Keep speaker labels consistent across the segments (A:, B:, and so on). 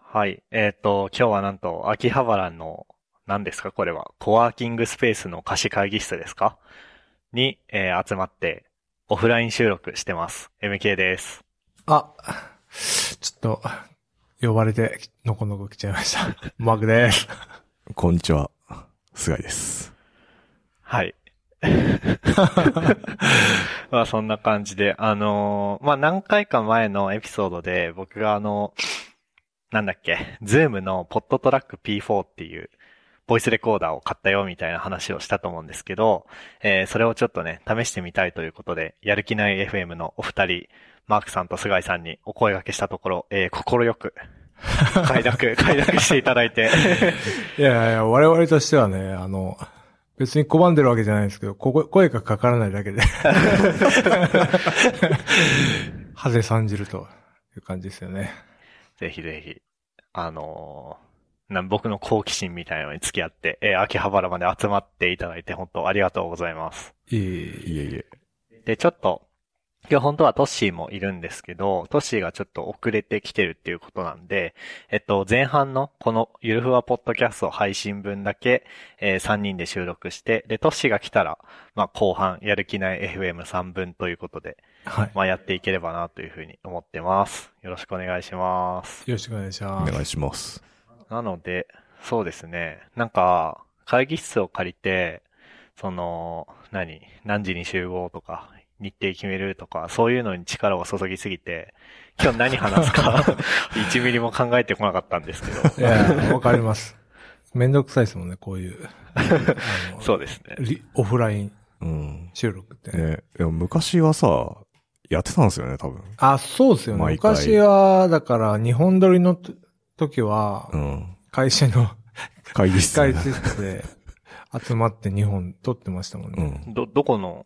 A: はい。えっ、と、今日はなんと、秋葉原の、何ですかこれは。コワーキングスペースの貸し会議室ですかに、えー集まって、オフライン収録してます。MK です。
B: あ、ちょっと、呼ばれて、のこのこ来ちゃいま した。マークです。
C: こんにちは。菅井です。
A: はい。まあそんな感じで、あのーまあ何回か前のエピソードで僕があの、なんだっけ、ズームのポットトラック P4 っていうボイスレコーダーを買ったよみたいな話をしたと思うんですけど、えーそれをちょっとね、試してみたいということで、やる気ない FM のお二人、マークさんと菅井さんにお声掛けしたところ、えー、心よく、快諾、快諾していただいて、
B: いやいや、我々としてはね、あの、別に拒んでるわけじゃないですけど、ここ声がかからないだ けで。ハゼさんじるという感じですよね。
A: ぜひぜひ、あのーな僕の好奇心みたいなのに付き合って、えー秋葉原まで集まっていただいて本当ありがとうございます。
B: い
C: いえ
B: い。
C: いえ。
A: で、ちょっと、今日本当はトッシーもいるんですけど、トッシーがちょっと遅れてきてるっていうことなんで、えっと、前半のこのゆるふわポッドキャスト配信分だけ、え3人で収録して、で、トッシーが来たら、まあ、後半、やる気ない FM3 分ということで、
B: はい。
A: まあ、やっていければなというふうに思ってます。よろしくお願いします。
B: よろしくお願いし
C: お
B: ます。
C: 願いします。
A: なので、そうですね。なんか、会議室を借りて、その、何、何時に集合とか、日程決めるとか、そういうのに力を注ぎすぎて、今日何話すか、1ミリ も考えてこなかったんですけ
B: い
A: ど。
B: や、わかります。めんどくさいですもんね、こう いう。あの
A: そうですね。
B: リオフライン
C: うん。
B: 収録ってね。
C: ね、でも昔はさ、やってたんですよね、多分。
B: あ、そうですよね。
C: 毎回
B: 昔は、だから、日本撮りのと時は
C: う、ん。
B: 会社の
C: 会議室。
B: 会議室で集まって日本撮ってましたもん
C: う
B: ね。
C: ん。
A: ど、どこの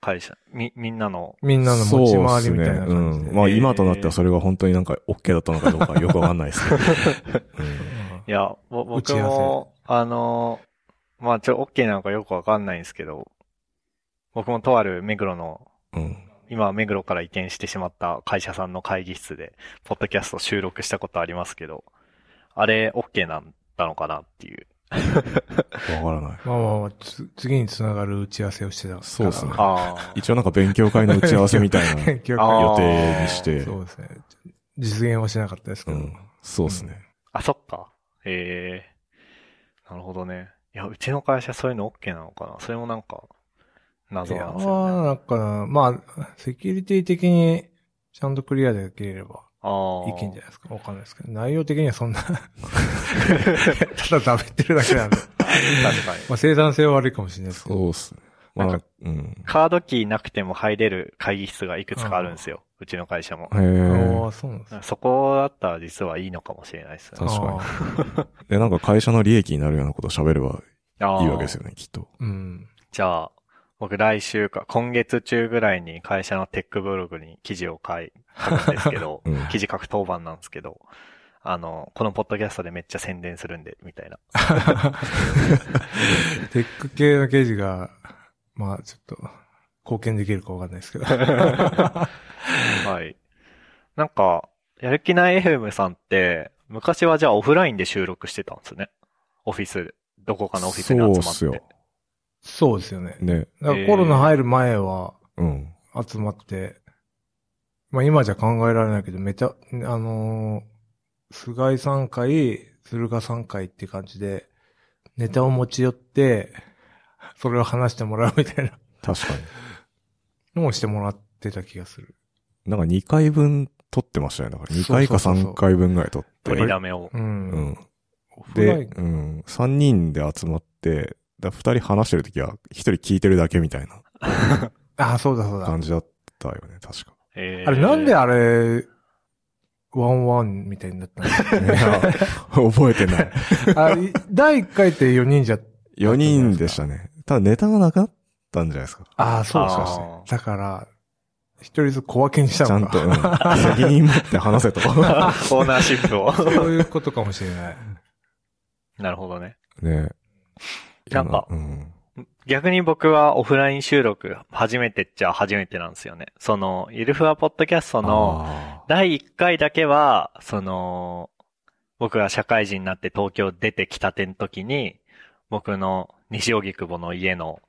A: 会社み、みんなの、
B: みんなの持ち回りみたいな感じ
C: そうっすね
B: で。
C: うん。まあ今となってはそれが本当になんか OK だったのかどうかよくわかんないですけど。
A: いや、ぼ
B: 打ち
A: 僕
B: 合わせ
A: も、あの、まあ、ちょ、OK なのかよくわかんないんですけど、僕もとある目黒の
C: うん。うん。
A: 今、目黒から移転してしまった会社さんの会議室で、ポッドキャスト収録したことありますけど、あれ、OK なんだのかなっていう。
C: わからない。
B: まあまあまあ、つ次につながる打ち合わせをしてたから。
C: そうっすね
A: ああ。
C: 一応なんか勉強会の打ち合わせみたいな
B: 結局
A: あー
C: 予定にして。
B: そうですね。実現はしなかったですけ
C: う
B: ど。
C: ん。そうですね。
A: あ、そっか。ええなるほどね。いや、うちの会社そういうの OK なのかなそれもなんか、
B: い
A: 謎
B: や
A: なんですよね。
B: ー、なんか、まあ、セキュリティ的にちゃんとクリアできれば
A: ああ。
B: いけんじゃないですか。わかんないですけど。内容的にはそんな、 た だ食べてるだけなんで。
A: 確かに。
B: まあ生産性は悪いかもしれないですけど。
C: そうっすね。ま
A: なん
C: あ、うん。
A: カードキーなくても入れる会議室がいくつかあるんですよ。うちの会社も。
C: へえ。
B: ああ、そうなんですね。
A: そこだったら実はいいのかもしれないですよね。
C: 確かに
B: あー
C: で、なんか会社の利益になるようなこと喋れば
A: あー
C: いいわけですよね、きっと。、
B: うん。
A: じゃあ、僕来週か、今月中ぐらいに会社のテックブログに記事を書い書くんですけど
C: うん
A: 記事書く当番なんですけど、あの、このポッドキャストでめっちゃ宣伝するんで、みたいな。
B: テック系の刑事が、まあちょっと、貢献できるかわかんないですけど。
A: はい。なんか、やる気ない FM さんって、昔はじゃあオフラインで収録してたんですね。オフィス、どこかのオフィスに集まって。
C: そうっすよ。
B: そうですよね。
C: ね。
B: だからコロナ入る前は
C: うん。
B: 集まって、まあ今じゃ考えられないけど、めちゃ、あのー菅井さん会、鶴賀さん会って感じで、ネタを持ち寄って、それを話してもらうみたいな
C: 確かに。
B: のをしてもらってた気がする。
C: なんか2回分撮ってましたよね。だから2回か
B: そうそうそうそう
C: 3回分ぐらい撮って。
A: 取りだめを。
B: う。
C: うんん。
B: オフライ
C: で、
B: ン
C: うん。3人で集まって、だ2人話してるときは1人聞いてるだけみたいな
B: ああ、そうだそうだ。
C: 感じだったよね、確か。
A: えー
B: あれなんであれ、ワンワンみたいになった の
C: いや覚えて ない。
B: あれ、第1回って4人じゃ、
C: 4人でし たね。ただネタがなくなったんじゃないですか。
B: ああ、そう
C: し
B: か。
C: かして
A: あー
B: だから、一人ずつ小分けにし
C: ち
B: た
C: ゃ
B: の
C: んと、
B: か。
C: うん、責任持って 話せ と。
A: コーナーシップを。
B: そういうことかもしれない。
A: なるほどね。
C: ね
A: なんか
C: うん。
A: 逆に僕はオフライン収録初めてっちゃ初めてなんですよね。その、ゆるふわポッドキャストの
C: あ
A: 第1回だけは、その、僕が社会人になって東京出てきたての時に、僕の西荻窪の家の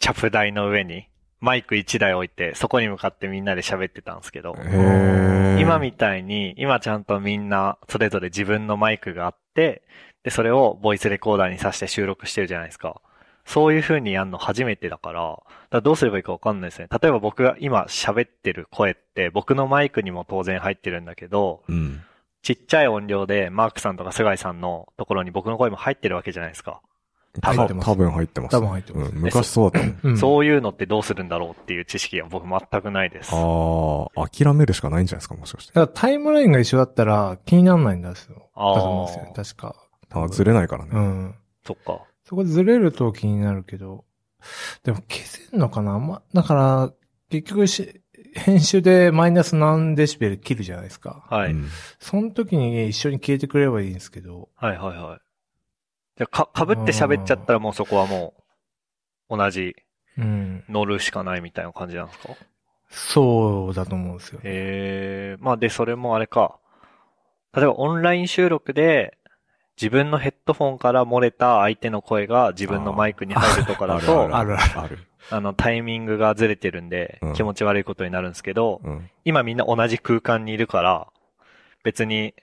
A: チャプ台の上にマイク1台置いて、そこに向かってみんなで喋ってたんですけど、
C: へー
A: 今みたいに、今ちゃんとみんなそれぞれ自分のマイクがあって、で、それをボイスレコーダーに挿して収録してるじゃないですか。そういう風にやるの初めてだから、だからどうすればいいかわかんないですね。例えば僕が今喋ってる声って、僕のマイクにも当然入ってるんだけど、
C: うん。
A: ちっちゃい音量でマークさんとか菅井さんのところに僕の声も入ってるわけじゃないですか。
C: 多
B: 入って
C: 分
B: ます
C: 多分入ってます。
B: 多分入ってます
C: うん、昔そうだったもん。
B: うん
A: そういうのってどうするんだろうっていう知識が僕全くないです。
C: ああ、諦めるしかないんじゃないですか、もしかして。
B: だからタイムラインが一緒だったら気にならないんですよ。
A: あー
B: だと思うんですよね確か。
C: あずれないから
B: う
C: ね。
B: ん。
A: そっか。
B: そこずれると気になるけど、でも消せんのかなま、だから、結局し、編集でマイナス何デシベル切るじゃないですか。
A: はい。
C: うん
B: その時に一緒に消えてくれればいいんですけど、
A: はいはいはい。じゃあか、かぶって喋っちゃったらもうそこはもう、同じ
B: うん。
A: 乗るしかないみたいな感じなんですか
B: そうだと思うんですよ。
A: ええまあで、それもあれか。例えばオンライン収録で、自分のヘッドフォンから漏れた相手の声が自分のマイクに入るとかだと、あ
B: あるある。
C: ある。
A: の、タイミングがずれてるんで
C: うん、
A: 気持ち悪いことになるんですけど、
C: うん。
A: 今みんな同じ空間にいるから、別に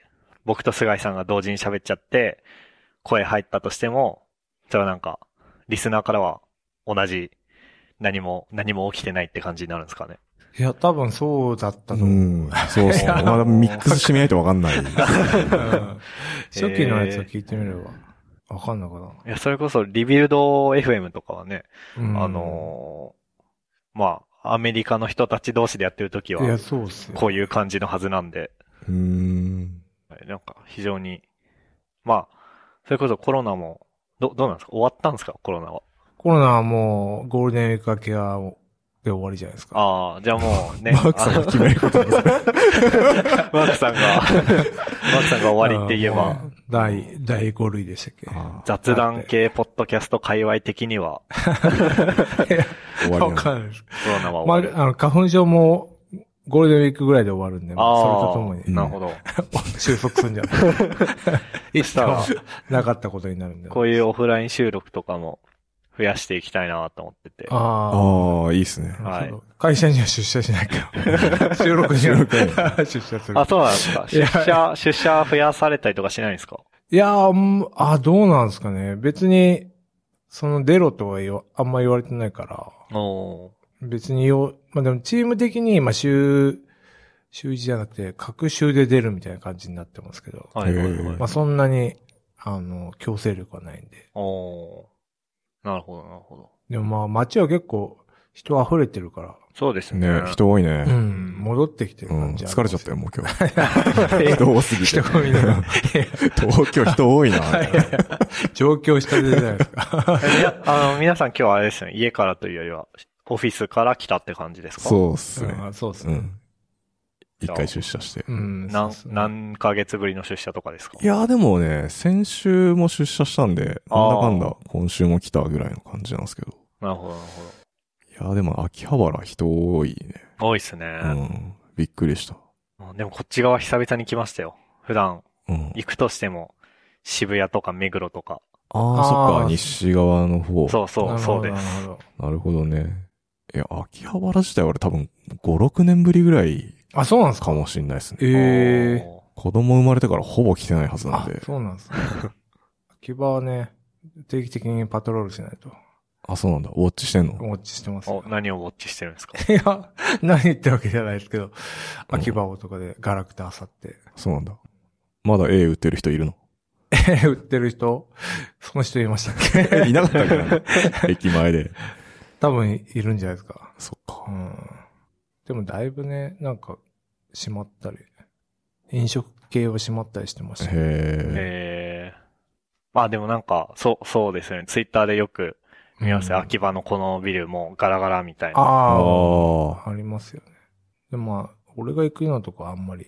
A: 僕と菅井さんが同時に喋っちゃって、声入ったとしても、それはなんか、リスナーからは同じ、何も、何も起きてないって感じになるんですかね。
B: いや、多分そうだったと思う。
C: う
B: うん
C: ん。そうそう。まだミックスしてみないとわ かんない。
B: 初期のやつを聞いてみれば、わかんのかない
A: や、それこそリビルド FM とかはね、。
B: うん
A: あ、のーまあ、アメリカの人たち同士でやってる時
B: いや、
A: は、
B: そうっすよ。
A: こういう感じのはずなんで、
C: うーん。
A: なんか非常に、まあ、それこそコロナも、ど、どうなんですか終わったんですかコロナは。
B: コロナはもう、ゴールデンウィーク明けは、で終わりじゃないですか。
A: ああ、じゃあもうね。
C: マークさんが決め ることですね
A: あのマークさんが、マークさんが終わりって言えば、
B: うん。第、第5類でしたっけ
C: あー
A: 雑談系ポッドキャスト界隈的には、
C: 終わり
B: わ
C: なんだ
B: かんないです。
A: コロナは
B: ま
A: 終わる。
B: あ、あの、花粉症も、ゴールデンウィークぐらいで終わるんで、まあそれとともに
A: ああ、なるほど。
B: 収束するんじゃない
A: そしたら、
B: なかったことになるんで。
A: こういうオフライン収録とかも増やしていきたいなと思ってて。
B: あ
C: ああ、いいですね
B: あ。。
A: はい
B: そう会社には出社しないけ ど。収録には 出社する
A: あ、。そうなんですか。
B: い
A: 出
B: や
A: 社、出社増やされたりとかしないんですか
B: いやー、うんあ、どうなんですかね。別に、その出ろとは言わあんま言われてないから。
A: お
B: 別によ、まあでもチーム的に、まあ週、週1じゃなくて、各週で出るみたいな感じになってますけど、
A: ーはいはい
C: へ
A: は
C: ー
A: い
B: まあ。そんなに、あの、強制力はないんで。
A: おーなるほど、なるほど。
B: でもまあ街は結構人溢れてるか
A: そうですね。
C: ね人多い
B: ら、う
C: ね。
B: ん、戻ってきてる
C: うん。
B: 感じある
C: 疲れちゃったよ、もう今日。
B: え
C: 人多すぎて
B: 人。混みの
C: 東京人多いな。
B: 上京したてじゃないですか。
A: いや、あの、皆さん今日はあれですね、家からというよりは、オフィスから来たって感じですかう。
C: そうっすね。
B: うんそうです
C: う
B: ね。
C: ん。一回出社して。
B: うん。
A: 何
B: そう、そう
A: 何ヶ月ぶりの出社とかですか
C: いやーでもね、先週も出社したんで、なんだかん
A: あ
C: だ今週も来たぐらいの感じなんですけど。
A: なるほど、なるほ
C: いやーでも秋葉原人多いね。
A: ど。多いっすね。
C: うん。びっくりした。
A: でもこっち側久々に来ましたよ。普段、
C: うん。
A: 行くとしても、渋谷とか目黒とか。
C: ああ、そっ
B: あ
C: か、
B: ー
C: 西側の方。
A: そうそう、そうで
B: なる
A: す。
B: ほどなるほど
C: なるほどね。いや、秋葉原自体俺多分5、6年ぶりぐらい
B: あ、そうなんです
C: か
B: か
C: もしんないですね。
B: ええ
A: おー
C: 子供生まれてからほぼ来てないはずなん
B: あ
C: で、。
B: そうなんですね。 秋葉はね、定期的にパトロールしないと。
C: あ、そうなんだ。ウォッチしてんの
B: ウォッチしてますよ
A: お、。何をウォッチしてるんですか
B: いや、何言ってわけじゃないですけど、秋葉とかでガラクタ漁って。
C: そうなんだ。まだ A 売ってる人いるの
B: え、売ってる人、その人いましたっけ
C: いなかったっけな駅前で。
B: 多分いるんじゃないですか。
C: そっ
B: う
C: か。
B: ん。でもだいぶね、なんか、閉まったり、飲食系は閉まったりしてましたね。
C: へえ。
A: ええまあでもなんか、そう、そうですよね。ツイッターでよく見ますよ。秋葉のこのビルもガラガラみたいな。
C: あ
B: あ
C: あ。
B: あ、ありますよね。でもまあ、俺が行くようなとこはあんまり、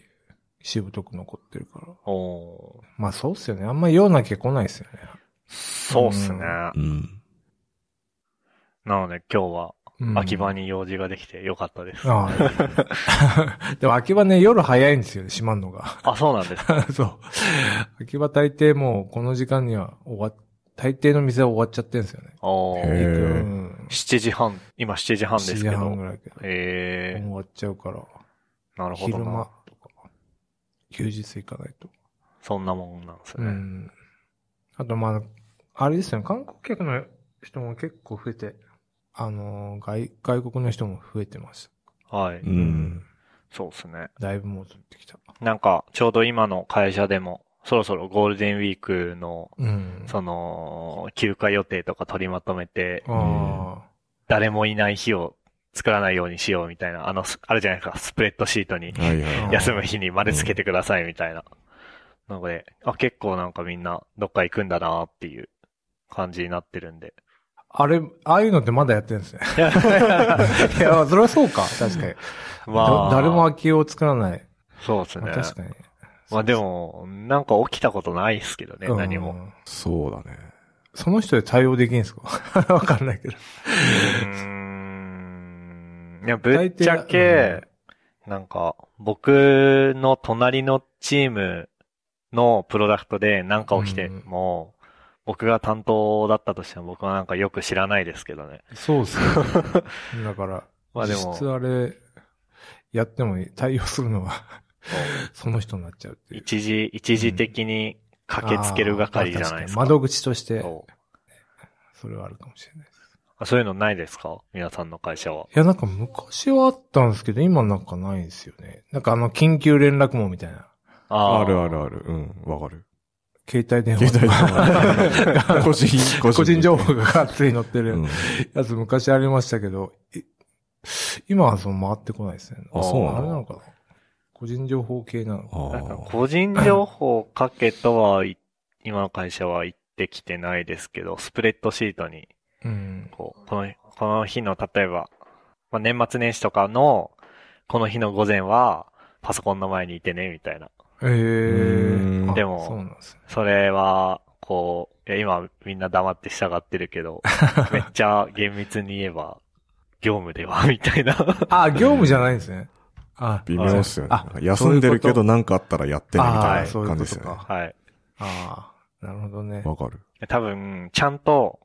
B: しぶとく残ってるから。
A: おー
B: まあそうっすよね。あんまりような気来ないっすよね。
A: そうっすね。
C: うん。
A: なので今日は、
B: うん
A: 秋葉。に用事ができてよかったです。
B: ああ。 でも秋葉ね、夜早いんですよね、閉まんのが。
A: あ、そうなんです。
B: そう。秋葉大抵もうこの時間には終わっ、大抵の店は終わっちゃってんですよね。
A: お
C: へ
A: ー
C: え。
B: うん。
A: 7時半、今7時半ですけ
B: 7時半ぐ
A: ど。
B: らいけど。
A: え
B: 終わっちゃうから。
A: ー、なるほど
B: 昼間
A: な。
B: とか。休日行かないと。
A: そんなもんなんです
B: う
A: ね。
B: ん。あと、まあ、あれですよね、観光客の人も結構増えて、あのー外、外国の人も増えてまし
A: はいう
B: た。
C: ん。。
A: そうですね。
B: だいぶ戻ってきた。
A: なんか、ちょうど今の会社でも、そろそろゴールデンウィークの、
B: うん。
A: その、休暇予定とか取りまとめて、
B: あ
A: 誰もいない日を作らないようにしようみたいな、あの、すあるじゃないですか、スプレッドシートに、
C: はいはい。
B: うん
A: 休む日に丸つけてくださいみたいな。なので、あ、結構なんかみんなどっか行くんだなっていう感じになってるん で。
B: あ。あれ、ああいうのってまだやってるんで すね。いや、それはそうか。確かに。
A: まあ、
B: だ誰も空き家を作らない。
A: そうです
B: ま
A: ね
B: あ、。確かに。
A: まあでも、なんか起きたことないっすけどね、
B: うん
A: 何も。。
C: そうだね。
B: その人で対応できるんですか わかんないけど。
A: うーん。いや、ぶっちゃ
B: 大
A: け、なんか、僕の隣のチームのプロダクトで何か起きて
B: うん
A: も、僕が担当だったとしても僕はなんかよく知らないですけどね。
B: そうっすね。 だから、
A: まあでも
B: 実質あれ、やっても対応するのはその人になっちゃうっていう。
A: 一時、一時的に駆けつける係じゃないですか。
B: あーまあ確に窓口として、
A: そう
B: それはあるかもしれないです。
A: あそういうのないですか皆さんの会社は。
B: いや、なんか昔はあったんですけど、今なんかないんですよね。なんかあの、緊急連絡網みたいな。
A: あー
C: あるあるある。うん、わかる。
B: 携帯電話
C: 携帯
B: と
C: 電
B: か。
C: 話。個人、個 人。
B: 個人情報ががっつり載って
C: う
B: る
C: ん。
B: やつ昔ありましたけど、い今はその回ってこないですね。
C: あそうなの
B: あれなのかな個人情報系なのか。
A: なんか
C: ああ。
A: 個人情報かけとはい、今の会社は行ってきてないですけど、スプレッドシートに、
B: うん。
A: こう、この、この日の、例えば、まあ、年末年始とかの、この日の午前は、パソコンの前にいてね、みたいな。
B: ええ
C: ん
B: あ
A: でも
B: そうなんですね。
A: それは、こう、いや今みんな黙って従ってるけど、めっちゃ厳密に言えば、業務では、み たいな。
B: あ、業務じゃないんですね。あ、
C: 微妙っすよね。
B: あ
C: なんか休んでるけ
B: そう
C: ど何かあったらやってねみ
B: あ
C: た
B: あ、
C: い
B: そうい
C: な
B: う
C: 感
B: こ
C: じで
B: と
C: すよね。
B: か。
A: はい。
B: ああ、なるほどね。
C: わかる。
A: 多分、ちゃんと、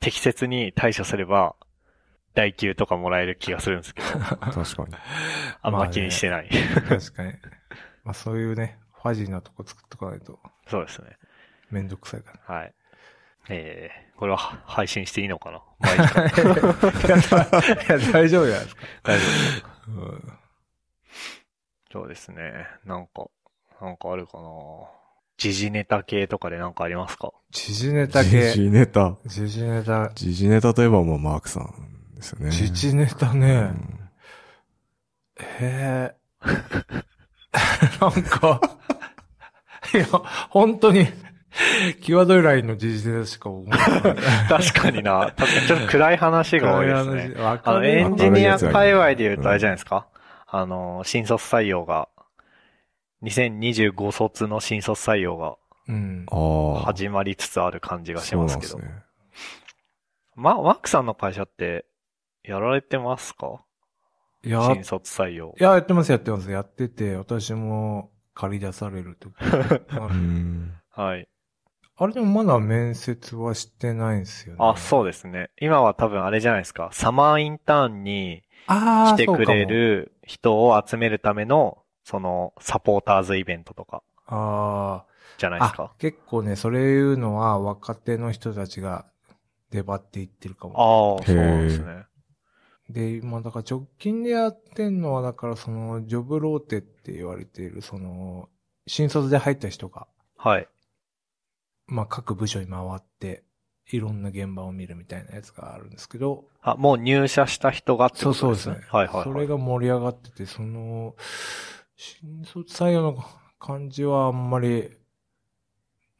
A: 適切に対処すれば、代給とかもらえる気がするんですけど、
C: 確かに。
A: あんま気にしてない。
B: 確かに。まあそういうね、ファジーなとこ作っとかないと
A: そうですね。
B: めんどくさい か
A: はい。えー、これは配信していいのかな毎日
B: ら。いや、大丈夫じゃないですか。
A: 大丈夫。
B: うん
A: そうですね。なんか、なんかあるかな時事ネタ系とかでなんかありますか
B: 時事ネタ
C: 時
B: 系。
C: 事ネタ。
B: 時事ネタ。
C: 時事ネタといえばもうマークさんですよね。
B: 時事ネタ
C: う
B: ね。
C: ん
B: へえ。 なんか、いや、本当に、際どいラインの時事ネタしか思わない。
A: 確かにな。 確かにちょっと暗い話が多いです ね。
B: わ
A: あ
B: か
A: の、
B: る
A: エ
B: よ
A: ンジニア界隈で言うとあれじゃないですか。あの、新卒採用が、2025卒の新卒採用が
B: うん。
C: ああ。
A: 始まりつつある感じがしますけ
C: そ
A: ど
C: う。なんですね。
A: ま、マークさんの会社って、やられてますか
B: やっ
A: 新卒採用
B: い。や、やってます、やってます。やってて、私も借り出される と。あ
C: うん。
A: はい。
B: あれでもまだ面接はしてないんですよね。
A: あ、そうですね。今は多分あれじゃないですか。サマーインターンに
B: あ
A: 来
B: ー
A: てくれ。
B: そう
A: る人を集めるための、その、サポーターズイベントとか、
B: かも
A: じゃない
B: あ
A: で
B: ー
A: すか
B: あ。。結構ね、それいうのは若手の人たちが出張っていってるか
A: ああ
B: も。、
A: そうですね。
B: で、今、だから直近でやってんのは、だからその、ジョブローテって言われている、その、新卒で入った人が、
A: はい。
B: まあ、各部署に回って、いろんな現場を見るみたいなやつがあるんですけど、
A: あ、もう入社した人がって
B: そ
A: こ
B: うそ
A: と
B: う
A: で
B: です
A: す
B: ね
A: ね。。はいはい、はい。
B: それが盛り上がってて、その、新卒採用の感じはあんまり、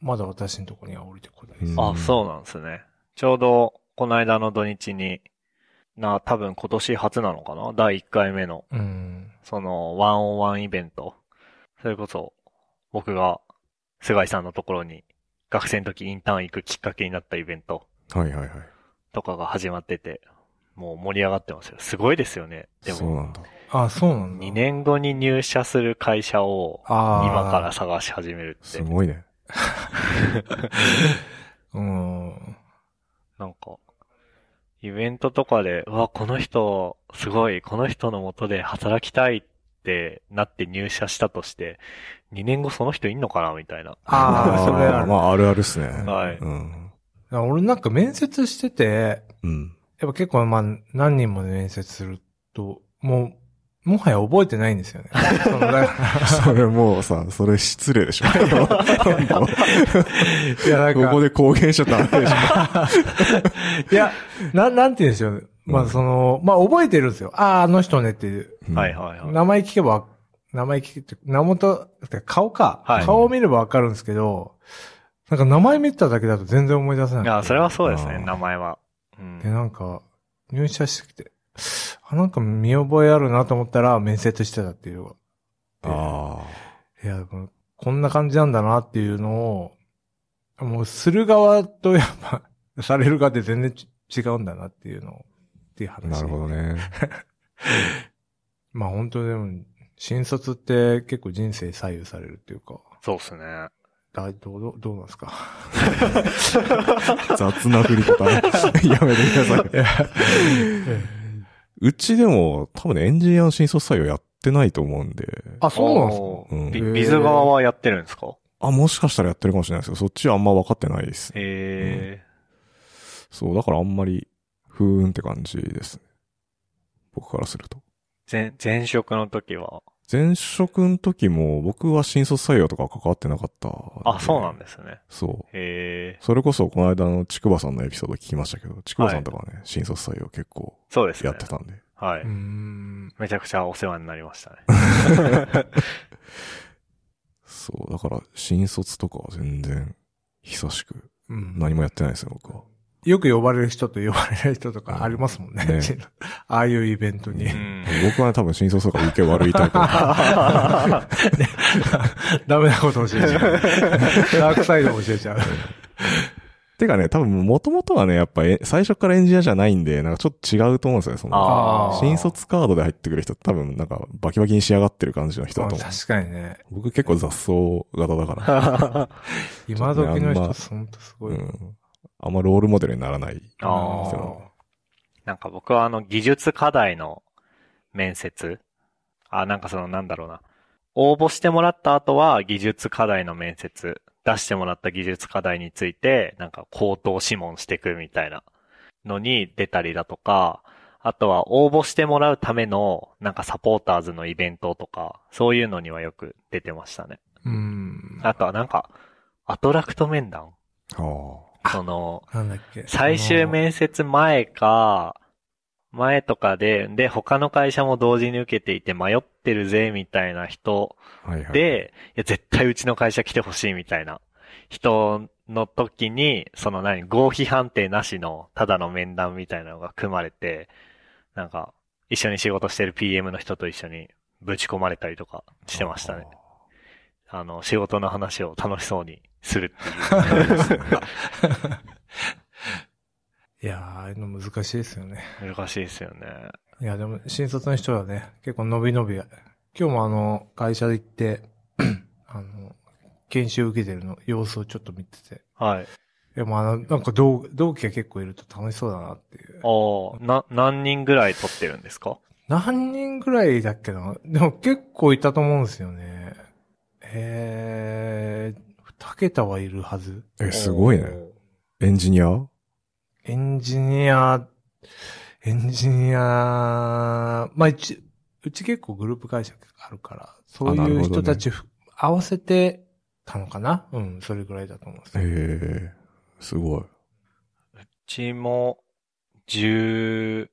B: まだ私のところには降りてこないです。
C: うん
A: あ、そうなんですね。ちょうど、この間の土日に、な、多分今年初なのかな第1回目の、
B: うん。
A: その、ワンオンワンイベント。それこそ、僕が、菅井さんのところに、学生の時インターン行くきっかけになったイベント
C: はいはいはい。
A: とかが始まってて、もう盛り上がってますよ。すごいですよね。で
C: そう
A: も、
C: なんだ。
B: あ、そうなんだ。
A: 2年後に入社する会社を
B: ああ。
A: 今から探し始めるって
C: す、ごいね。
B: うん。
A: なんか、イベントとかで、うわ、この人、すごい、この人の元で働きたいってなって入社したとして、2年後その人いんのかなみたいな。
B: あ あ、それあ
C: ま
B: る。
C: あ、あるあるっすね。
A: はい。
C: うん。
B: 俺なんか面接してて、
C: うん。
B: やっぱ結構まあ何人も面接すると、もう、もはや覚えてないんです よね。そのだか
C: それもうさ、それ失礼でしょ。こ
B: らいや、なんか、
C: こで公言しちゃダメでし ょ。
B: いや、な、なんて言うんでしょうね。まあその、まあ覚えてるんですよ。ああ、あの人ねっていう。
C: うん
A: はいはいはい。
B: 名前聞けば、名前聞けて、名元、てか顔か、
A: はい
B: 顔を見ればわかるんですけど、なんか名前見ただけだと全然思い出せない
A: いや、それはそうですね、
C: うん
A: 名前は。うん
B: で、なんか、入社してきて、あ、なんか見覚えあるなと思ったら面接してたっていうのが
C: あ
B: いや、このこんな感じなんだなっていうのを、もうする側とやっぱ、 される側って全然ち違うんだなっていうのを、っていう
C: あ。
B: 話。
C: なるほど。ね。
B: まあ本当でも、新卒って結構人生左右されるっていうか、
A: そうですね。
B: だどう、どうどうなんですか
C: 雑な振り方。 やめてください。うちでも、多分ねエンジニアの新卒採用やってないと思うんで。
B: あ、そうなんですか
A: おー
C: うん
A: ビ
B: へー
A: ビズ側はやってるんですか
C: あ、もしかしたらやってるかもしれないですけど、そっちはあんま分かってないですね。
A: え
C: そう、だからあんまり、ふーんって感じですね。僕からすると。
A: ー、前、前職の時は。
C: 前職の時も、僕は新卒採用とか関わってなかった。
A: あ、そうなん
C: だ。
A: ですね。
C: そう。
A: えー、
C: それこそ、この間のちくばさんのエピソード聞きましたけど、ちくばさんとかはね、新卒採用結構
A: そうですね
C: やっ。てたんで。
A: はいう
B: ー。ん。
A: めちゃくちゃお世話になりましたね。
C: そう、だから、新卒とかは全然、久しく、
B: うん
C: 何もやってないですよ、僕は。
B: よく呼ばれる人と呼ばれない人とかありますもんね。
C: ね
B: ああいうイベントに
A: う。ん。
C: 僕はね、多分新卒とか受け悪いタイプだ
B: ダメなこと教えち ゃう。ダークサイド教えちゃう。
C: てかね、多分元々はね、やっぱえ最初からエンジニアじゃないんで、なんかちょっと違うと思うんですよね、その。
A: あ
B: ー
A: あ。
C: 新卒カードで入ってくる人って多分なんかバキバキに仕上がってる感じの人だと思う。
B: 確かにね。
C: 僕結構雑草型 だから。
B: 今時の
C: ちょっとねあん
B: 人、ほ
C: ま
B: んとすご
C: う
B: い。
C: ん。あんまロールモデルにならない。
A: あー
C: そう
A: なんか僕はあの技術課題の面接。あ、なんかそのなんだろうな。応募してもらった後は技術課題の面接。出してもらった技術課題について、なんか口頭諮問していくみたいなのに出たりだとか、あとは応募してもらうためのなんかサポーターズのイベントとか、そういうのにはよく出てましたね。
B: うん。
A: あとはなんか、アトラクト面談
C: あ
A: その、
B: なんだっけ。
A: 最終面接前か、前とかで、で、他の会社も同時に受けていて迷ってるぜ、みたいな人
C: あ。はいはい。、
A: で、いや、絶対うちの会社来てほしい、みたいな人の時に、その何、合否判定なしの、ただの面談みたいなのが組まれて、なんか、一緒に仕事してる PM の人と一緒にぶち込まれたりとかしてましたね。。あの、仕事の話を楽しそうにするっていう。
B: いやー、ああいうの難しいですよね。
A: 難しいですよね。
B: いや、でも、新卒の人はね、結構伸び伸びや。今日もあの、会社で行って、 あの、研修受けてるの、様子をちょっと見てて。
A: はい。
B: いや、まあの、なんか同、同期が結構いると楽しそうだなっていう。
A: ああ、な、何人ぐらい撮ってるんですか
B: 何人ぐらいだっけなでも結構いたと思うんですよね。えー、二桁はいるはず。
C: え、すごいね。エンジニアう
B: エンジニア、エンジニア、まあ、うち、うち結構グループ会社あるから、そう
C: あないる
B: う
C: ほどね
B: 人たちふ、合わせてたのかなうん、それぐらいだと思うんです
C: え
B: よ。
C: えすごい。
A: うちも、十、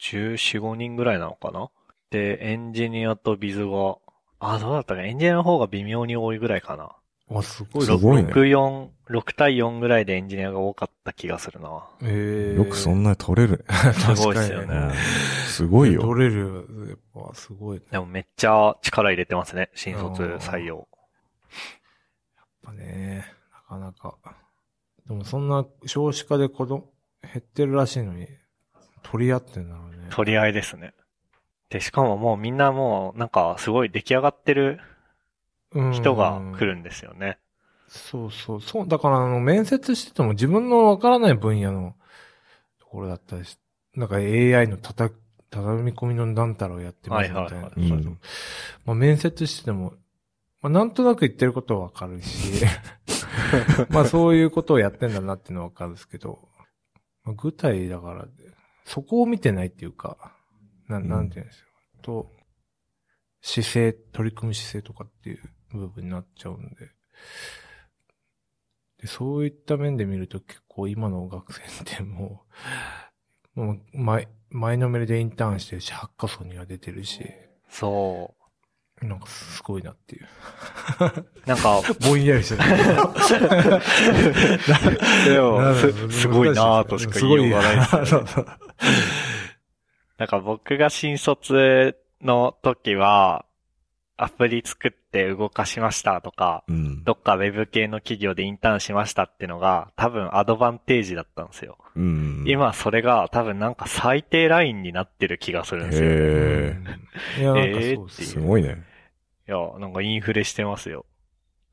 A: 十四五人ぐらいなのかなで、エンジニアとビズが、あ、どうだったかエンジニアの方が微妙に多いぐらいかな。
B: わ、すごい
C: すごい
A: 6、
C: ね
A: 4、6対4ぐらいでエンジニアが多かった気がするな。
B: えー、
C: よくそんなに取れる ね。
B: な、す
A: すごいっすよねうん
C: すごいよ。
B: 取れる、やっぱ、すごいね。
A: でもめっちゃ力入れてますね、新卒採用。
B: やっぱね、なかなか。でもそんな少子化で子供減ってるらしいのに、取り合ってんだろうね。
A: 取り合いですね。で、しかももうみんなもう、なんかすごい出来上がってる
B: うん
A: 人が来るんですよね。
B: そうそう。そう、だからあの、面接してても自分のわからない分野のところだったりし、なんか AI の叩く、畳み込みのなんたらをやってますみたいな。
A: はいはい
C: はいうん
B: まあ、面接してても、まあ、なんとなく言ってることはわかるし、 まあそういうことをやってんだなっていうのはわかるんですけど、まあ、具体だから、そこを見てないっていうか、な
C: うん
B: なんて言うんですよ。と、姿勢、取り組む姿勢とかっていう部分になっちゃうんで。でそういった面で見ると結構今の学生ってもう、もう前、前のめりでインターンしてるし、ハッカソンには出てるし、
A: そ
B: なんかすごいなっていう。
A: う。なんか、
B: ぼんやりしてる。
A: で
B: な
A: も
B: んだろう
A: す、すごいなぁとしか言いようがないですよね
B: すごいそうそう
A: なんか僕が新卒の時は、アプリ作って動かしましたとか、
C: うん。
A: どっかウェブ系の企業でインターンしましたってのが、多分アドバンテージだったんですよ。
C: うん。
A: 今それが多分なんか最低ラインになってる気がするんですよ。
C: へ
B: うんいや、なんか
A: えー
B: そうっ
A: って
B: す
A: いう
C: え、すごいね。
A: いや、なんかインフレしてますよ。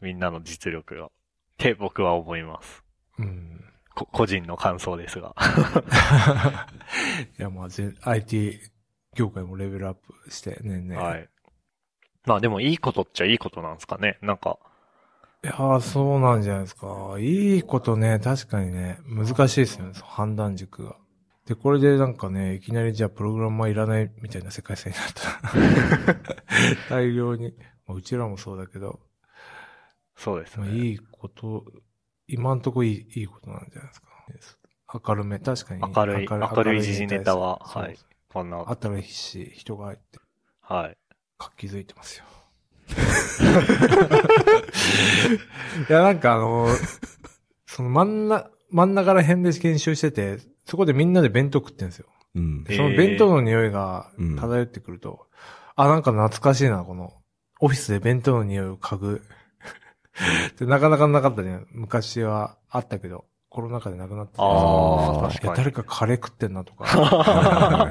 A: みんなの実力が。って僕は思います。
B: うん。
A: こ個人の感想ですが。
B: いや、まあ、ぜ IT 業界もレベルアップして、ねね。。
A: はいい。まあでもいいことっちゃいいことなんですかね。なんか、
B: いやー、そうなんじゃないですか。いいことね、確かにね、難しいですよね、その判断軸が。で、これでなんかね、いきなりじゃあプログラマーいらないみたいな世界線に なったら大量に。まあ、うちらもそうだけど、
A: そうです
B: まあ、
A: ね。
B: いいこと、今んとこいい、いいことなんじゃないですか。明るめ、確かに。
A: 明るい明るい時事ネタは
B: 明
A: は
B: る
A: い
B: に対してそう
A: こんな、
B: あったらいいし、人が入って、
A: はい。
B: 活気づいてま すよ。いや、なんかあの、その真ん中、真ん中ら辺で研修してて、そこでみんなで弁当食ってんですよ。
C: うん
A: え。
B: その弁当の匂いが
C: うん
B: 漂ってくると、あ、なんか懐かしいな、この、オフィスで弁当の匂いを嗅ぐ。でなかなかなかったね。昔はあったけど、コロナ禍でなくなってた
A: あー
B: いや
A: 確かに
B: 誰かカレー食ってんなと か、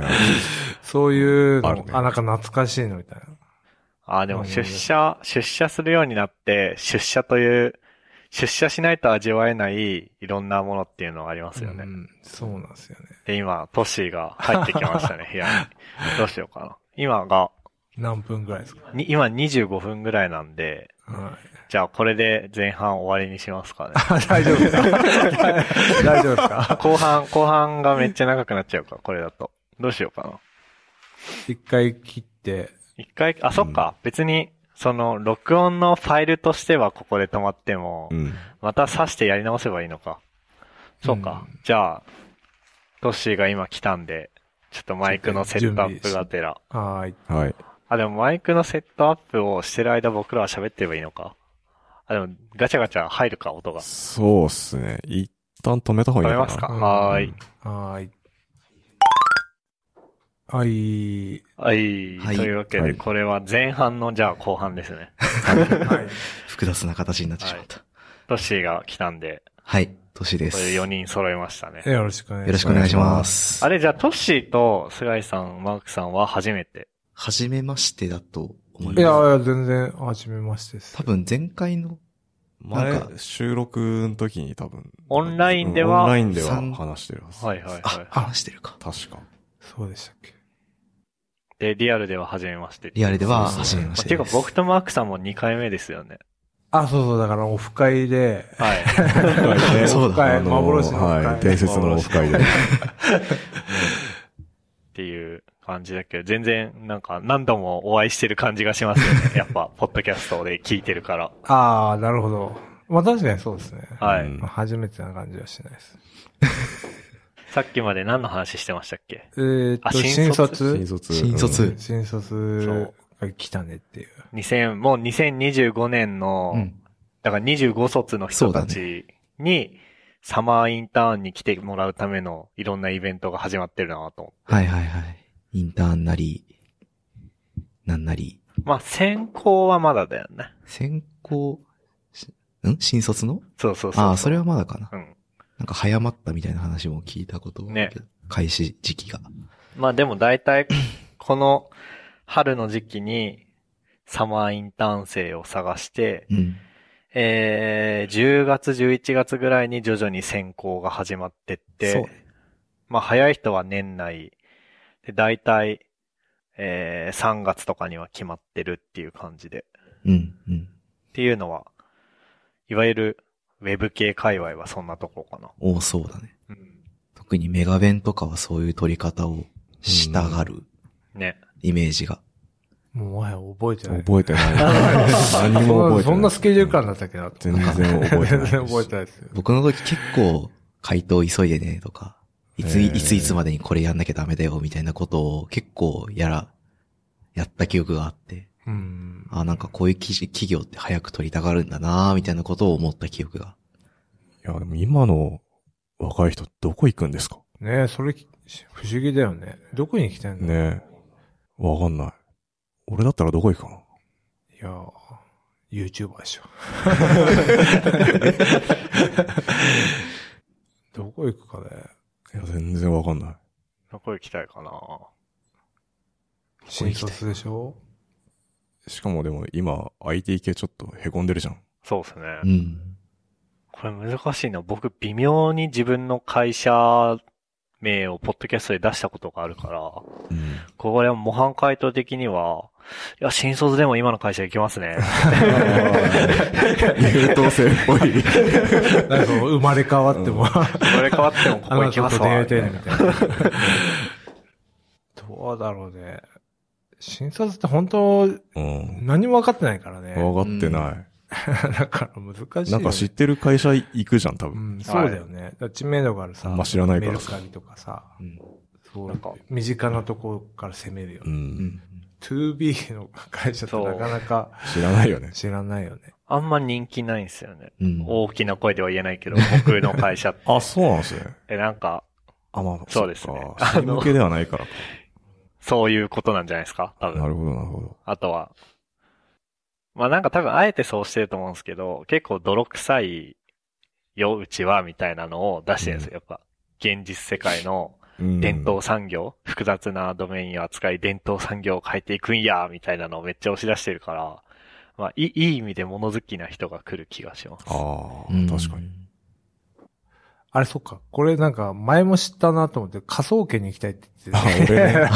B: そういうの
C: あ
B: あ,、
C: るね
B: なんか懐かしいのみたいな。
A: ああ、でも出社、出社するようになって、出社という、出社しないと味わえないいろんなものっていうのがありますよね。
B: うんそうなんですよね。
A: で、今、トッシーが入ってきました ね、部屋に。どうしようかな。今が、
B: 何分ぐらいですか、
A: に今25分ぐらいなんで、
B: はい、
A: じゃあこれで前半終わりにしますかね。
B: 大丈夫ですか大丈夫ですか
A: 後半、後半がめっちゃ長くなっちゃうから、これだと。どうしようかな。
B: 一回切って、
A: 一回、あ、そっか。別に、その、録音のファイルとしてはここで止まっても、
C: うん。
A: また刺してやり直せばいいのか。そうか。
B: う
A: じゃあ、トッシーが今来たんで、ちょっとマイクのセットアップがてら。
B: はーい。
C: はい。
A: あ、でもマイクのセットアップをしてる間僕らは喋ってればいいのか。あ、でもガチャガチャ入るか、音が。
C: そうっすね。一旦止めた方がいいのな
A: 止めますか
B: うん
A: はーい。
B: はーい。はい。
A: はい。
D: はい
A: というわけ
C: は
A: で、
C: い
A: これは前半の、じゃあ後半ですね。
B: はい。
D: 複雑な形になってしまった。
A: トッシーが来たんで、
D: はい、トシで
A: こ
D: す。
A: れ4
D: よ
A: 人揃いましたね。
B: よろしくお願いします。
D: ろしくお願いします。
A: あ
D: れ
A: れ、じゃあトッシーと菅井さん、マークさんは初めて。
D: はじめましてだと思い
B: いやい
D: ます。
B: や、全然、初めましてです
D: 多。分前回の、なんか
C: 前、収録の時に多分。
A: オンラインでは
C: うんオンラインでは
D: 三
C: 話してるはず。
A: はいはい
D: あ
A: は、い。
D: 話してるか。
C: 確か。
B: そうでしたっけ
A: で、リアルでは初めまして。
D: リアルでは、
C: そう
D: は
C: です
D: じ
C: ね
D: めま
A: まあ
D: して
A: てい
D: で
A: う
D: す。
A: か僕とマークさんも2回目ですよね。
B: あ、そうそう、だからオフ会で、
A: はい。
C: ね
D: そう
B: オフ会
C: あの
B: 幻のオフ会
C: はい。伝説のオフ会で。
A: っていう感じだけど、全然なんか何度もお会いしてる感じがします よね。やっぱ、ポッドキャストで聞いてるから。
B: ああ、なるほど。まあ確かにそうですね。
A: は
C: う
A: い
C: ん。
B: まあ初めてな感じはしないです。
A: さっきまで何の話してましたっけ
B: えーっ
A: あ
B: と、
A: 新
B: 新
A: 卒
B: 卒
C: 新卒。
D: 新卒
C: うん
B: 新卒が来たねっていう。
A: 2000、もう2025年の、
D: うん。
A: だから25卒の人たちに、サマーインターンに来てもらうためのいろんなイベントが始まってるなと思って。
D: はいはいはい。インターンなり、なんなり、
A: まあ、選考はまだだよね。
D: 先行、しん新卒の
A: そうそうそう。
D: ああ、それはまだかな
A: う。ん。
D: なんか早まったみたいな話も聞いたことあるけど開始時期が。
A: まあでも大 体、この春の時期に、サマーインターン生を探して、
D: うん。
A: えー、10月、11月ぐらいに徐々に選考が始まってっ
D: そう
A: て、
D: ね
A: まあ早い人は年内、で大体、えー、3月とかには決まってるっていう感じで。
D: うん、うん。
A: っていうのは、いわゆるウェブ系界隈はそんなところかな。
D: 多そうだね。
A: うん、
D: 特にメガ弁とかはそういう取り方をしたがる
A: ね。
D: イメージが。
B: もうもはや覚えてない。
C: 覚えて ない。何も覚えてない。
B: そんなスケジュール感だったっけな
C: 全然覚えてない
B: 全然覚えてないですよ。
D: 僕の時結構回答急いでねとか、いつ、
C: へ
D: い
C: ー
D: ついつまでにこれやんなきゃダメだよみたいなことを結構やら、やった記憶があって、
B: うん。
D: あなんかこういう記事企業って早く取りたがるんだなみたいなことを思った記憶が。
C: いや、でも今の若い人どこ行くんですか
B: ねえ、それ、不思議だよね。どこに来てんの、
C: ねえ。わかんない。俺だったらどこ行くかない
B: やー、YouTuber でしょ。 どこ行くかね。
C: いや、全然わかんない。
A: どこ行きたいかな
D: こ行
B: 新
D: きたい
B: 卒でしょ
C: しかもでも今 IT 系ちょっと凹んでるじゃん。
A: そうですね。
D: うん。
A: これ難しいな。僕、微妙に自分の会社名をポッドキャストで出したことがあるから、
C: うん。
A: これは模範回答的には、いや、新卒でも今の会社行きますね。
C: 優等生っぽ い。
B: なんか生まれ変わっても、
A: これ変わってもここ
B: あ
A: 行
B: の
A: き
B: ちょ
A: ま
B: っ
A: す
B: と
A: わ。
B: 出会い
A: みた
B: た
A: い
B: い
A: な
B: なみたいな。 どうだろうね。新卒って本当、
C: うん。
B: 何も分かってないからね。
C: わかってない。
B: だから難しいよね。
C: なんか知ってる会社行くじゃん、多
B: う
C: 分。
B: ん、そうだよね。だから知名度があるさ、
C: あんま知らないから
B: メルカリとかさ、
D: うん。
B: そう、
A: なんか
B: 身近なところから攻めるよ
C: う。
B: ね。
D: うんん。
B: 2B の会社って
A: そう
B: なかなか
C: 知らないよね。
B: 知らないよね。
A: あんま人気ないんですよね。
D: うん。
A: 大きな声では言えないけど、僕の会社っ
C: あ、そうなんですね。
A: てなんか、
C: あ、まあ、
A: そうですね
C: そっか
A: あ
C: 知
A: の
C: り向けではないからか。
A: そういうことなんじゃないですか多分
C: な。るほど、なるほど。
A: あとは、まあなんか多分あえてそうしてると思うんですけど、結構泥臭いよ、うちは、みたいなのを出してるんですよ。やっぱ、現実世界の
C: うん
A: 伝統産業、複雑なドメインを扱い伝統産業を変えていくんや、みたいなのをめっちゃ押し出してるから、まあいい、いい意味で物好きな人が来る気がします。
C: ああ、
D: うん
C: 確かに。。
B: あれ、そっか。これなんか前も知ったなと思って、科捜研に行きたいって言
C: あ
B: って
C: 俺ね、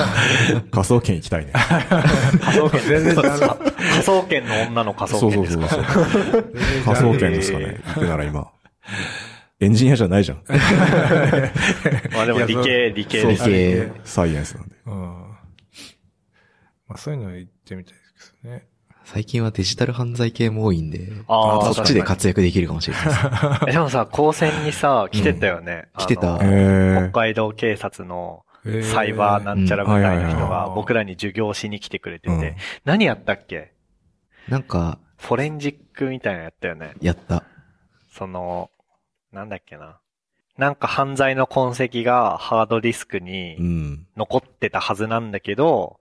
C: 科捜研行きたいね。
A: 科捜研、
B: 全然知らな
A: 科捜研の女の科
C: そ
A: 捜
C: う
A: 研
C: そう
A: です
C: そう
A: か
C: そう。科
B: た。
C: 捜研ですかね。行くなら今。エンジニアじゃないじゃん。
A: まあでも理
B: い
A: 系、理系です。
D: そう系
B: う
C: サイエンスなんで。
B: ん。まあそういうの行ってみたいですけどね。
D: 最近はデジタル犯罪系も多いんで、
A: あー
D: そっちで活躍できるかもしれないです。
A: えでもさ、高専にさ、来てたよね。
D: 来てた
A: あの
C: え
A: 北
C: え。
A: 海道警察の
B: えー
A: サイバーなんちゃら部隊の人
B: うんはいはい
A: が
B: はい
A: 僕らに授業しに来てくれて
C: う
A: て
C: ん、
A: 何やったっけ
D: なんか、
A: フォレンジックみたいなのやったよね。
D: やった。
A: その、なんだっけな。なんか犯罪の痕跡がハードディスク
C: う
A: に
C: ん。
A: 残ってたはずなんだけど、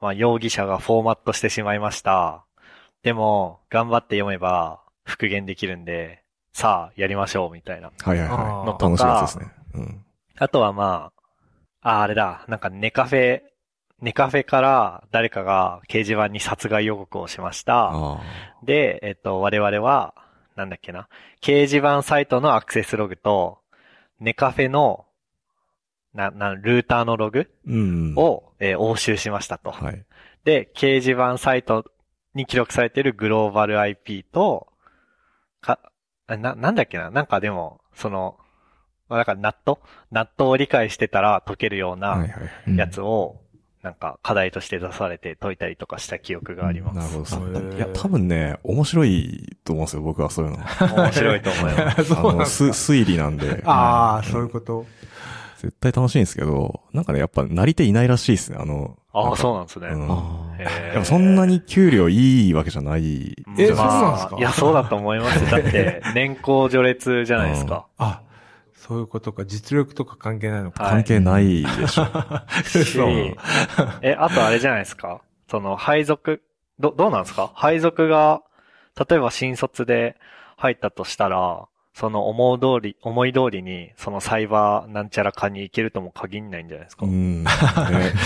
A: まあ容疑者がフォーマットしてしまいました。でも、頑張って読めば復元できるんで、さあ、やりましょう、みたいな。
C: はいはい
B: あ
C: は
B: ー
C: い。楽しいやつですね。うん。
A: あとはまあ、あ、あれだ、なんかネカフェ、ネカフェから誰かが掲示板に殺害予告をしました。
C: あ
A: で、えっと、我々は、なんだっけな、掲示板サイトのアクセスログと、ネカフェの、な、な、ルーターのログ
C: ーうん。
A: を、えー押収しましたと。
C: はい。
A: で、掲示板サイトに記録されているグローバル IP と、か、あな、なんだっけななんかでも、その、まあなんか納豆納豆を理解してたら解けるよう
C: はいは
A: ない
C: はい。
D: うん
A: やつを、なんか課題として出されて解いたりとかした記憶がありま
C: なるほど。
B: へー
C: いや、多分ね、面白いと思うんですよ、僕はそういうの。
A: す。面白いと思い ます。
B: そうなんだ
C: あのす推理なんで。
B: ああ、
C: うん
B: そういうこと。
C: 絶対楽しいんですけど、なんかね、やっぱ、なり手いないらしいですね、あの。
A: ああ、
C: う。
A: そうなんですね。
C: うん
D: ああ。
A: へ
C: やっ
A: ー
C: ぱそんなに給料いいわけじゃない。
B: え
A: まあ
B: そうなんですか
A: いや、そうだと思います。だって、年功序列じゃないですか。
B: あ、そういうことか。実力とか関係ないのか。
A: はい
C: 関係ないでしょ。
A: しえ、あとあれじゃないですかその、配属、ど、どうなんですか配属が、例えば新卒で入ったとしたら、その思う通り、思い通りに、そのサイバーなんちゃらかに行けるとも限んないんじゃないですか。
C: うん。ね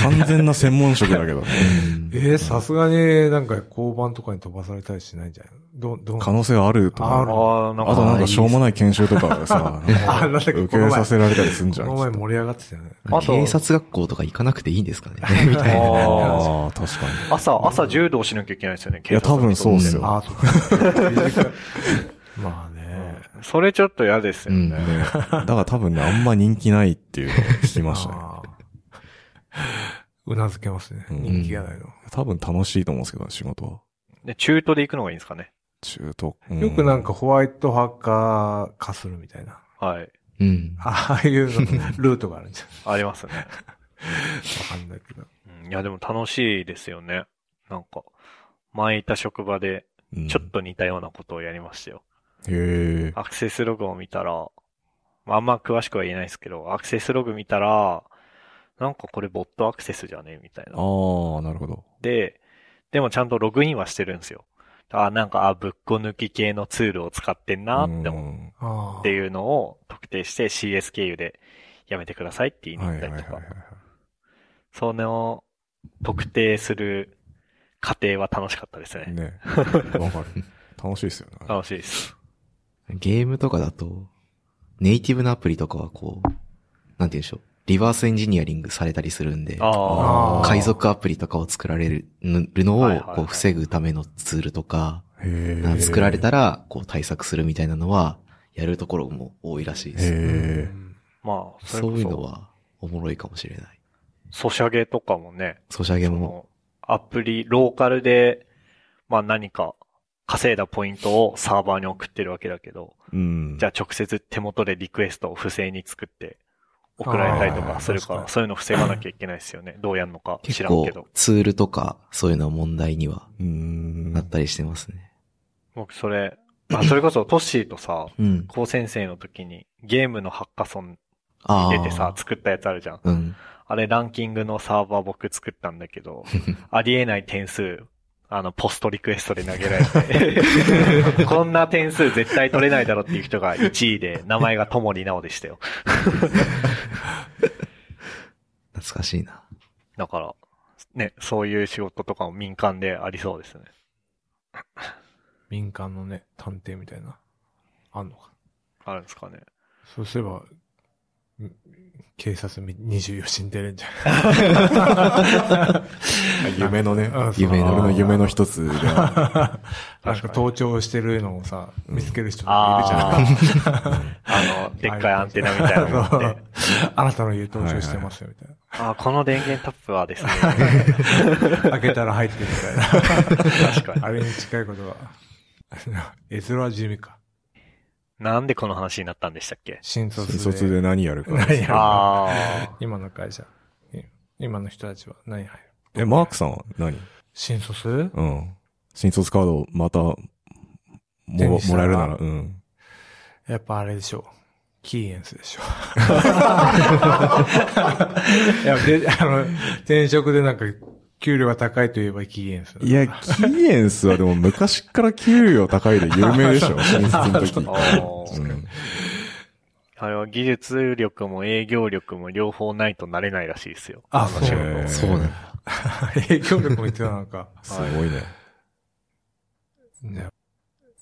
C: 完全な専門職だけどね。
D: うん
B: えー、さすがになんか交番とかに飛ばされたりしないんじゃないど、どん
C: 可能性はあると
B: あ
C: 思う
B: る。
A: ああ、なん
C: あとなん
A: か、
C: かしょうもない研修とかさ、
B: あなんだっけ
C: 受けさせられたりするんじ
B: こ
C: ゃ
B: の
C: な
B: 前
C: い
B: 盛り上がってたよね。
A: あと
D: 警察学校とか行かなくていいんですかねみたい
A: あ
D: な。
C: ああ、確かに。
A: あ朝、朝柔道しなきゃいけないですよね、
C: いや、多分そうっすよ。
B: あー、そうか。まあね。
A: それちょっと嫌です よね。
C: ねだから多分ね、あんま人気ないっていうのを聞きましたね。
B: あー うなずけますね。
C: うん
B: 人気がないの。
C: 多分楽しいと思うんですけど、仕事は。
A: で、中途で行くのがいいんですかね。
C: 中途。う
B: よくなんか、ホワイトハッカー化するみたいな。
A: はい。
D: うん。
B: ああいう の、ルートがあるんじゃ
A: ありますね。
B: ないわかんないけど。
A: うんいや、でも楽しいですよね。なんか、前いた職場で、
C: うん
A: ちょっ。と似たようなことをやりましたよ。
C: へえ。
A: アクセスログを見たら、まああんま詳しくは言えないですけど、アクセスログ見たら、なんかこれボットアクセスじゃねみたいな。
C: ああ、なるほど。
A: で、でもちゃんとログインはしてるんですよ。あ、なんか、あ、ぶっこ抜き系のツールを使ってんなって思
C: うん
B: ああ。
A: っていうのを特定して CS 経由でやめてくださいって言いに
C: は
A: 行
C: い
A: っ
C: は
A: た
C: い
A: り
C: はい
A: と
C: は
A: か
C: い。。
A: その特定する過程は楽しかったですね。
C: ね。わかる。楽しいですよね。
A: 楽しいです。
D: ゲームとかだと、ネイティブのアプリとかはこう、なんて言うんでしょう。リバースエンジニアリングされたりするんで、
A: ああ。
B: あー
D: 海賊アプリとかを作られるの
A: はい
D: を
A: はいはい
D: こう防ぐためのツールとか、
C: へ
D: な
C: え。
D: 作られたらこう対策するみたいなのは、やるところも多いらしいです。
C: へえ。
A: まあ、それ
D: そ
A: こ
D: ういうの
A: そ、
D: はおもろいかもしれない。
A: ソシャゲとかもね、
D: ソシャゲ
A: そ
D: も、
A: のアプリ、ローカルで、まあ何か稼いだポイントをサーバーに送ってるわけだけど、
C: うん。
A: じゃ
C: ゃ
A: あ直接手元でリクエストを不正に作って送られたりとかするか
B: あー
A: ら、そういうの防がなきゃいけないですよね。どうやるのか知
D: 結
A: らん
D: 構
A: けど。
D: ツールとかそういうのは問題には
C: うん。
D: なったりしてますね。
A: 僕それ、あ、それこそトッシーとさ、
D: うん。
A: 高先生の時にゲームのハッカソン
D: ああ。
A: 出てさ、作ったやつあるじゃん。
D: うん。
A: あれランキングのサーバー僕作ったんだけ ど、ありえない点数、あの、ポストリクエストで投げられ て、こんな点数絶対取れないだろっていう人が1位で、名前がともりなおでしたよ。
D: 懐かしいな。
A: だから、ね、そういう仕事とかも民間でありそうですね。
B: 民間のね、探偵みたいな。あんのか。
A: あるんですかね。
B: そうすれば、ん警察み24時に出れんじゃ
C: 夢のね
B: ん。。あそう
D: 夢
C: 俺の夢の一つであ
B: なんか盗聴してるのをさ、見つける人とかいるじゃん
A: あ。 あ、あの、でっかいアンテナみたいなの持 って、
B: あなたの言う盗聴してますよ、みたい
A: あ、この電源タップは ですね、
B: な。開けたら入ってるみたい
A: 確かに
B: な。。あれに近いことは。絵面地味か。
A: なんでこの話になったんでしたっけ
B: 新卒
C: る
B: で。
C: 新卒で何やるか。
B: 何やる
A: あ
B: 今の会社。い今の人たちは何入る
C: え、マークさんは何
B: 新卒
C: うん。新卒カードまた、も
B: 手にした
C: も
B: ら
C: らえるなら、うん。
B: やっぱあれでしょう。キーエンスで しょ。いや、で、あの、転職でなんか、給料が高いといえばキーエンス。
C: いや、キーエンスはでも昔から給料高いで有名でし ょ、新卒
A: あ。
C: の
A: あ
C: 時。
A: ー
C: うん
A: あれは技術力も営業力も両方ないとなれないらしいですよ。
B: あ、そう。
C: えー
D: そうなんだ。
B: 影響力も言ってたのか。
C: すごいね。
B: ね、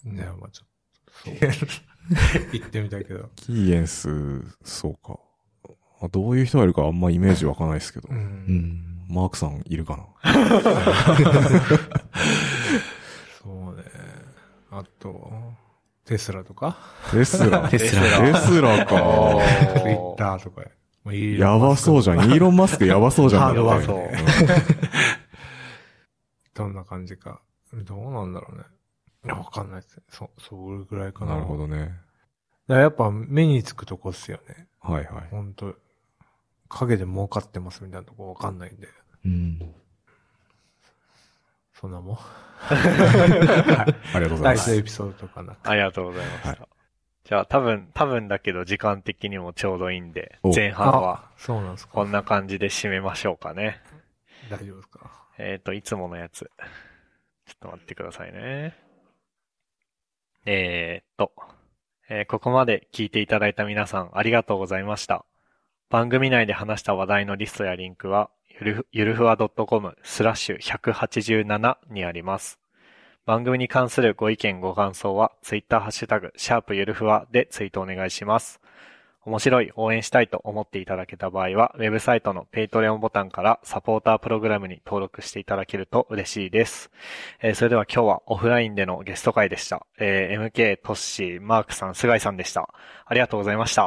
B: ね、まあちょっと、 そう。行ってみたけど。
C: キーエンス、そうか。あどういう人がいるかあんまイメージ湧かないですけど
B: う。。
D: うんん。
C: マークさんいるかな
B: そうね。あと、テスラとか、
C: テスラ。
D: テ
C: テ
D: ス
A: テス
D: ラ。
A: ラ
C: スラ
A: お
C: か。
B: ツイ
A: ー
B: ッターとか。もうい
C: やばそ うじゃん。イーロン・マスクやばそうじゃん。
B: ハードワーク
C: だって
B: どんな感じか。どうなんだろうね。いやわかんないですね。そ、それぐらいか
C: うん
B: な。
C: なるほ
B: だか
C: どね。
B: らやっぱ目につくとこっすよね。
C: はいはい。
B: ほんと。影で儲かってますみたいなとこわかんないんで。
D: うん。
B: そんなもん。
C: ありがと
B: 大
C: うございま
B: 事な
C: す
B: エ。ピソードとかなく。
A: ありがとうございました。
C: は
A: じゃあ多分、多分だけど時間的にもちょうどいいんで、
C: お
A: 前半は
B: あそうなんですか。
A: こんな感じで締めましょうかね。
B: 大丈夫ですか。
A: えっ、と、いつものやつ。ちょっと待ってくださいね。えーっと、えーここまで聞いていただいた皆さんありがとうございました。番組内で話した話題のリストやリンクは、ゆるふゆるふわ .com スラッシュ187にあります。番組に関するご意見ご感想は、ツイッターハッシュタグ、シャープゆるふわでツイートお願いします。面白い、応援したいと思っていただけた場合は、ウェブサイトのペイトレオンボタンからサポータープログラムに登録していただけると嬉しいです。えーそれでは今日はオフラインでのゲスト会でした。えー MK、トッシー、マークさん、菅井さんでした。ありがとうございました。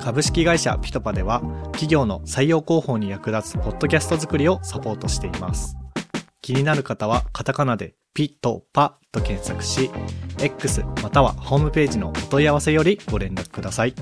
A: 株式会社ピトパでは企業の採用広報に役立つポッドキャスト作りをサポートしています気になる方はカタカナでピトパと検索し X またはホームページのお問い合わせよりご連絡ください。